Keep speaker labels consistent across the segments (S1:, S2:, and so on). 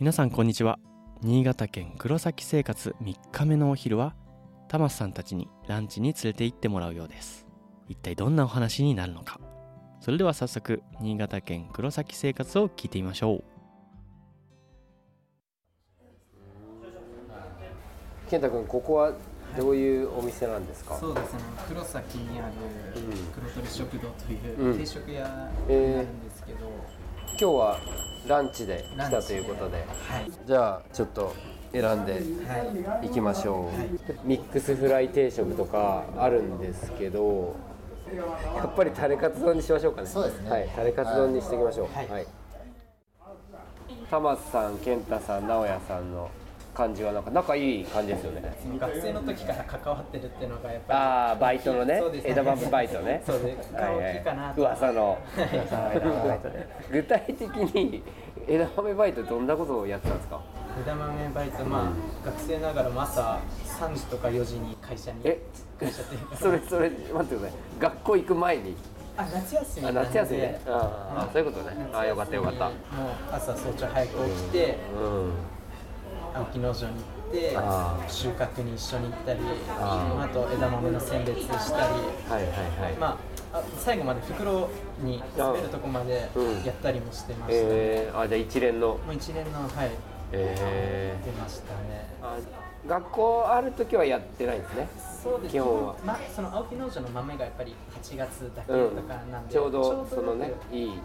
S1: 皆さんこんにちは新潟県黒崎生活3日目のお昼はタマスさんたちにランチに連れて行ってもらうようです一体どんなお話になるのかそれでは早速新潟県黒崎生活を聞いてみましょう
S2: 健太君ここはどういうお店なんですか、
S3: そうですね、黒崎にある
S2: うん
S3: 黒鳥食堂と
S2: う
S3: い
S2: ん
S3: う定食屋になるんですけど、
S2: 今日はランチで
S3: ラ
S2: 来
S3: ンチ
S2: たということで
S3: はい、
S2: じゃあちょっと選んで
S3: はい、
S2: いきましょう、ミックスフライ定食とかあるんですけどやっぱりタレカツ丼にしましょうかね
S4: そうですね
S2: はい、タレカツ丼にしていきましょう
S3: はい
S2: はい玉津さん健太さん直哉さんの感じはなんか仲いい感じですよね
S3: 学生の時から関わってるっていうのがやっぱ
S2: ああバイトのね
S3: そうですね
S2: 枝豆バイトね
S3: そうです
S2: はいは
S3: 顔大きいかなと
S2: 噂の
S3: はい
S2: 噂の枝豆バイトね具体的に枝豆バイトどんなことをやってたんですか
S3: り枝豆バイト、まあ、学生ながらも朝3時とか4時に会社に
S2: え
S3: 会社っていうか
S2: それそれ待ってください学校行く前に
S3: あ夏休み
S2: あ
S3: なんで
S2: 夏休みねああそういうことねああよかったよかった
S3: もう朝早朝早く起きて、
S2: うん
S3: 青木農場に行って
S2: あー
S3: 収穫に一緒に行ったり
S2: あー
S3: あと枝豆の選別したり
S2: はいはいはい
S3: まあ、あ最後まで袋に詰めるとこまで
S2: うん
S3: やったりもしてました、
S2: えー、あじゃあ一連の
S3: もう一年のはい
S2: え
S3: 出ましたね
S2: ー、あ学校ある時はやってないんですね
S3: そうです
S2: 基本は
S3: ま、その青木農場の豆がやっぱり8月だけ
S2: う
S3: と
S2: ん
S3: かなんで、
S2: ちょうどそのね
S3: よ
S2: いい
S3: くで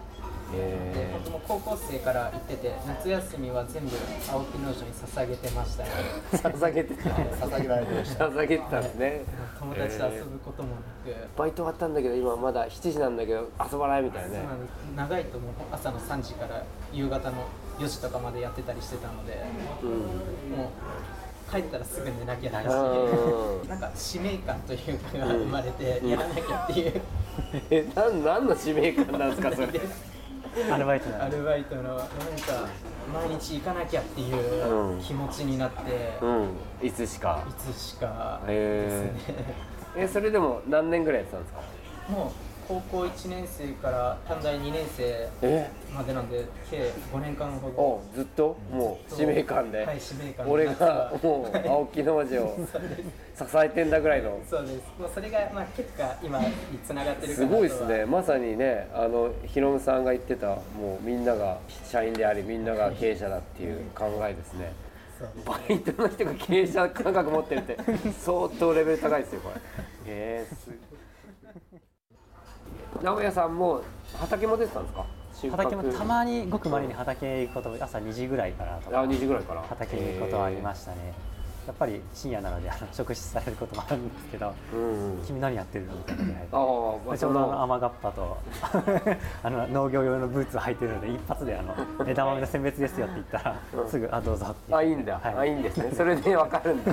S2: え
S3: 本当もう高校生から行ってて夏休みは全部青木農場に捧げてましたね
S2: ー、捧げてた
S4: 捧げられてました
S2: 捧げてたんですね
S3: 友達と遊ぶこともなく、
S2: バイト終わったんだけど今まだ7時なんだけど遊ばないみたいな
S3: そう
S2: ね
S3: なんです長いともう朝の3時から夕方の4時とかまでやってたりしてたので、
S2: うん
S3: もう帰ったらすぐ寝なきゃだし、
S2: うん
S3: なんか使命感というかが生まれてやらなきゃっていう、
S2: えなんなんの使命感なんです かそれ
S5: アルバイト
S3: ア
S5: だ
S3: ルバイトのなんか毎日行かなきゃってい
S2: うん
S3: う気持ちになって、
S2: うんいつしか
S3: いつしか
S2: へ
S3: ですね。
S2: えそれでも何年ぐらいやってたんですか
S3: もう高校1年生から短大2年生
S2: え
S3: までなんで計5年間ほど
S2: おずっともう使命感で、
S3: はい使命感で
S2: 俺がもう青木農場を支えてんだぐらいの
S3: そうです。もうそれがまあ結果今に繋がってるか
S2: す
S3: なとは
S2: ごいですね。まさにねあのヒロムさんが言ってたもうみんなが社員でありみんなが経営者だっていう考えですね
S3: そう
S2: バイトの人が経営者感覚持ってるって相当レベル高いですよこれえー、す名古屋さんも畑も出てたんですか収穫
S5: 畑もたまにごくまれに畑へ行くこと朝2時ぐらいからと
S2: あ
S5: か
S2: 2時ぐらいから
S5: 畑に行くことはありま
S2: し
S5: したねやっぱり深夜なのであの食事されることもあるんですけど
S2: た、うんうん、
S5: 君何やってるのみたいなのに入って
S2: ああ
S5: ちょうどあの雨がっぱと あの農業用のブーツを履いてるので一発であの枝豆の選別ですよって言ったら、すぐ「あどうぞ」って言っ
S2: あ
S5: て
S2: いいんだ、
S5: は
S2: あいいんですねそれでわかるんだ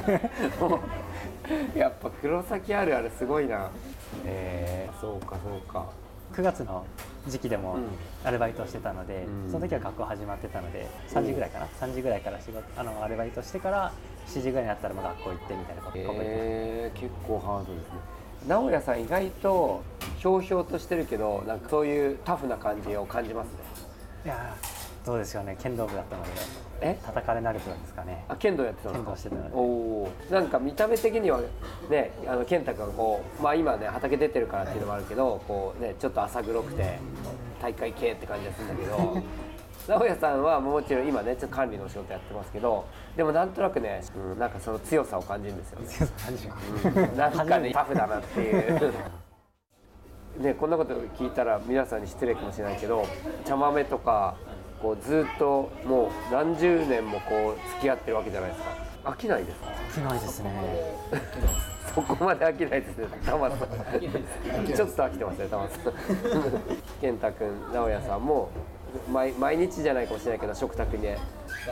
S2: もう やっぱ黒崎あるあるすごいなえー、そうかそうか
S5: 9月の時期でも
S2: うん
S5: アルバイトをしてたので、
S2: うん
S5: その時は学校始まってたので3時ぐらいかな、3時ぐらいから仕事あのアルバイトしてから7時ぐらいになったらもう学校行ってみたいなことこと言ってました
S2: えー、結構ハードですね直哉さん意外とひょうひょうとしてるけどなんかそういうタフな感じを感じますね
S5: いやーどうですよね剣道部だったので
S2: え
S5: 叩かれ慣れてたんですかね
S2: あ剣道やってたの
S5: 剣道してたので
S2: おおーなんか見た目的にはねあの健太君こうまあ今ね畑出てるからっていうのもあるけどこうねちょっと浅黒くて大会系って感じがするんだけど直哉さんはもちろん今ねちょっと管理のお仕事やってますけどでもなんとなくね、うん、なんかその強さを感じるんですよねうんなんかねタフだなっていう。ね、こんなこと聞いたら皆さんに失礼かもしれないけど茶豆とかこうずっともう何十年もこう付き合ってるわけじゃないですか飽きないですか
S5: 少ないですね
S2: そこまで飽きないですね玉田さんちょっと飽きてますね玉田 さん健太君直哉さんも毎毎日じゃないかもしれないけど食卓にね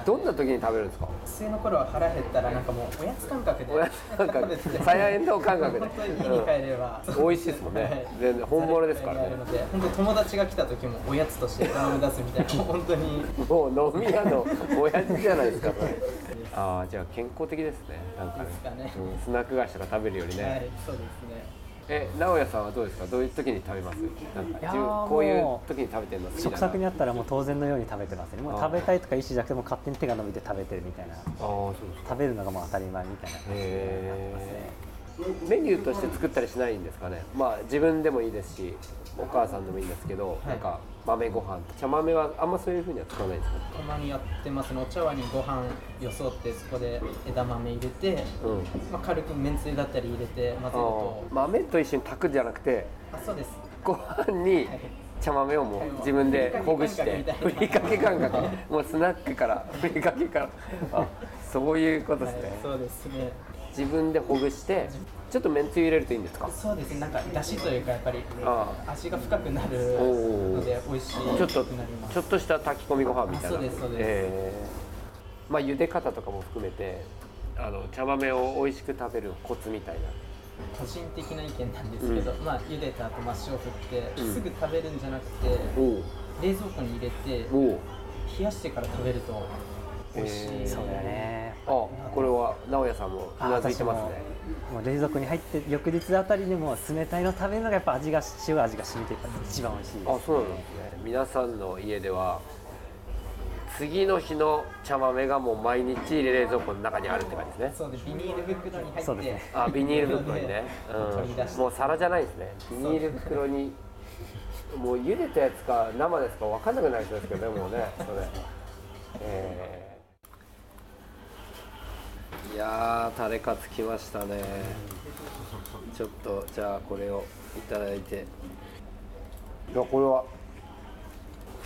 S2: どんな時に食べるんですか
S3: 学生の頃は腹減ったらなんかもうおやつ感覚で
S2: おやつ感覚
S3: 食べてて
S2: サヤエンドウ感覚で
S3: 本当に家に帰れば、
S2: うん美味しいですもんね全然本物ですからね
S3: ざるくらいあるので本当友達が来た時もおやつとして頼み出すみたいな本 当に
S2: もう飲み屋の親父じゃないですかそれああじゃあ健康的ですねなんかね
S3: ですかね
S2: うんスナック菓子とか食べるよりね、
S3: はいそうですね
S2: え直哉さんはどうですかどういう時に食べますなんか
S5: いや
S2: 自
S5: ー
S2: 分こういう時に食べてるの好きだな
S5: 食卓にあったらもう当然のように食べてますねも
S2: あ
S5: う
S2: ー
S5: 食べたいとか意思じゃなくてもう勝手に手が伸びて食べてるみたいな
S2: ああそうですか
S5: 食べるのがもう当たり前みたいな感じになってます
S2: へ
S5: ね
S2: ーメニューとして作ったりしないんですかねまあ自分でもいいですしお母さんでもいいんですけど、
S3: い
S2: なんか豆ご飯茶豆はあんまそういうふうには使わないんですか
S3: たまにやってますねお茶碗にご飯よそってそこで枝豆入れて、
S2: うん
S3: まあ、軽くめんつゆだったり入れて混ぜる
S2: あ
S3: と
S2: ー豆と一緒に炊くじゃなくて
S3: あそうです
S2: ご飯に茶豆をもう自分でほぐしてふ
S3: ふ
S2: り
S3: り
S2: か
S3: か
S2: け感覚もうスナックからふりかけからあそういうことですね、
S3: はいそうですね
S2: 自分でほぐしてちょっとめんつゆ入れるといいんですか
S3: そうですねなんか出汁というかやっぱり
S2: あ
S3: 味が深くなる
S2: おー
S3: ので美味し
S2: ちょっ
S3: く
S2: と
S3: なります
S2: ちょっとした炊き込みご飯みたいな
S3: あそうですそうです
S2: えーまあ茹で方とかも含めてあの茶豆を美味しく食べるコツみたいな
S3: 個人的な意見なんですけど、
S2: う
S3: まあ茹でた後マッシュを振って、
S2: うん
S3: すぐ食べるんじゃなくて
S2: お
S3: 冷蔵庫に入れて
S2: おお
S3: 冷やしてから食べると美味しい、
S2: えー
S5: そうだね
S2: あこれは直哉さんもうなずいてますね
S5: 私ももう冷蔵庫に入って翌日あたりにもう冷たいの食べるのがやっぱ味が塩味が染みてやっぱ一番美味しいです
S2: あそうなんですね皆さんの家では次の日の茶豆がもう毎日冷蔵庫の中にあるって感じですね
S3: そうでビニール袋に入
S5: そう
S3: っ
S5: です
S3: て
S5: ね
S2: あビニール袋にね、
S3: 取り出し
S2: うん、
S3: て
S2: もう皿じゃないですねビニール袋にもう茹でたやつか生ですか分かんなくなりそうですけどねもうねそれえーいやータレカツきましたねちょっとじゃあこれをいただいていやこれは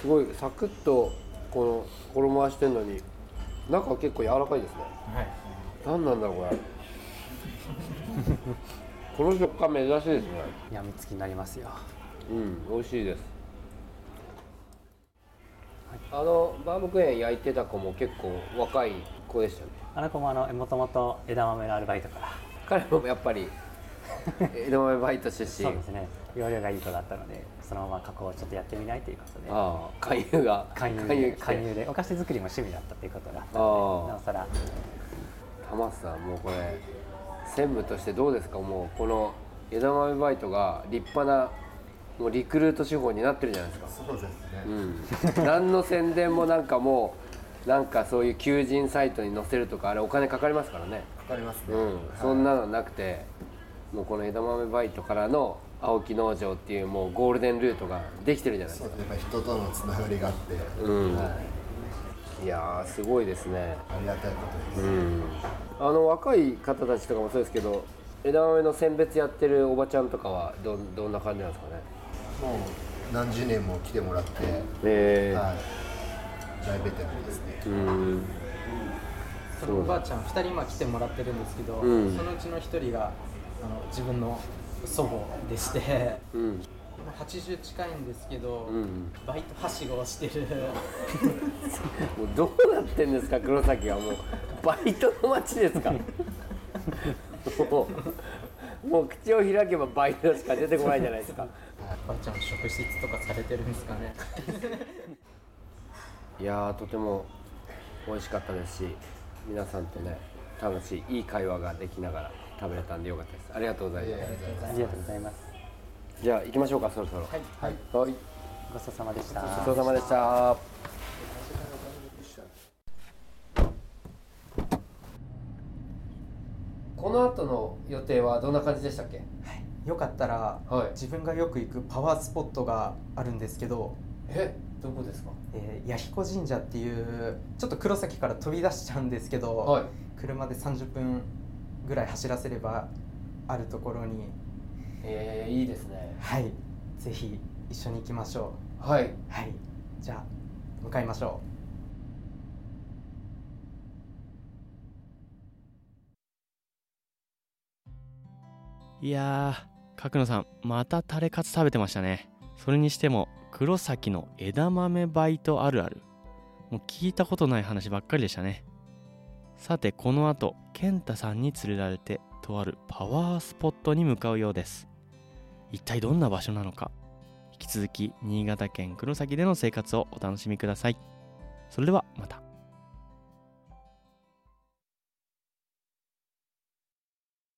S2: すごいサクッとこの衣はしてんのに中は結構柔らかいですね
S3: はい
S2: 何なんだろうこれこの食感珍しいですね
S5: やみつきになりますよ
S2: うん美味しいですあのバームクーヘン焼いてた子も結構若い子でしたね
S5: あの子もあのもともと枝豆のアルバイトから
S2: 彼もやっぱ り江戸豆バイト出身
S5: そうですね容量がいい子だったのでそのまま加工をちょっとやってみないということで
S2: ああ勧誘が
S5: 勧誘
S2: 勧誘
S5: で
S2: 来て
S5: 勧誘でお菓子作りも趣味だったということがあった
S2: あ
S5: の
S2: ー
S5: でなおさら
S2: 玉瀬さんもうこれ専務としてどうですかもうこの枝豆バイトが立派なもうリクルート手法になってるじゃないですか
S4: そうですね。
S2: うん、何の宣伝もなんかもうなんかそういう求人サイトに載せるとかあれお金かかりますからね、
S4: わかりますね。
S2: うんそんなのなくてもうこの枝豆バイトからの青木農場っていうもうゴールデンルートができてるじゃないです
S4: そ
S2: か
S4: うですね。やっぱ人とのつながりがあって、
S2: うん
S4: はい、
S2: いやーすごいですね
S4: ありがたいことです。
S2: うんあの若い方たちとかもそうですけど枝豆の選別やってるおばちゃんとかはどんどんな感じなんですかね
S4: もう何十年も来てもらって、
S2: え
S4: はい、大ベテランですね。
S2: うん
S3: そのおばあちゃん2人今来てもらってるんですけど、
S2: うん
S3: そのうちの1人があの自分の祖母でして
S2: うん
S3: 今80近いんですけど、
S2: うん
S3: バイトはしごをしてる
S2: もうどうなってんですか黒崎はもうバイトの街ですかもうもう口を開けばバイトしか出てこないじゃないですか
S3: おばあちゃんも職質とかされてるんですかね
S2: いやーとても美味しかったですし皆さんとね楽しいいい会話ができながら食べれたんでよかったですありがとうございます
S5: ありがとうございます
S2: じゃあ行きましょうかそろそろはい、はい、
S5: ごちそうさまでした
S2: ごちそうさまでしたこの後の予定はどんな感じでしたっけ
S3: よかったら、
S2: はい
S3: 自分がよく行くパワースポットがあるんですけど、
S2: えどこですか
S3: えー、弥彦神社っていうちょっと黒崎から飛び出しちゃうんですけど、
S2: はい
S3: 車で30分ぐらい走らせればあるところに
S2: えー、いいですね
S3: はいぜひ一緒に行きましょ
S2: はい、
S3: うはいじゃあ向かいましょう
S1: いやー角野さんまたタレカツ食べてましたねそれにしても黒崎の枝豆バイトあるあるもう聞いたことない話ばっかりでしたねさてこの後健太さんに連れられてとあるパワースポットに向かうようです一体どんな場所なのか引き続き新潟県黒崎での生活をお楽しみくださいそれではまた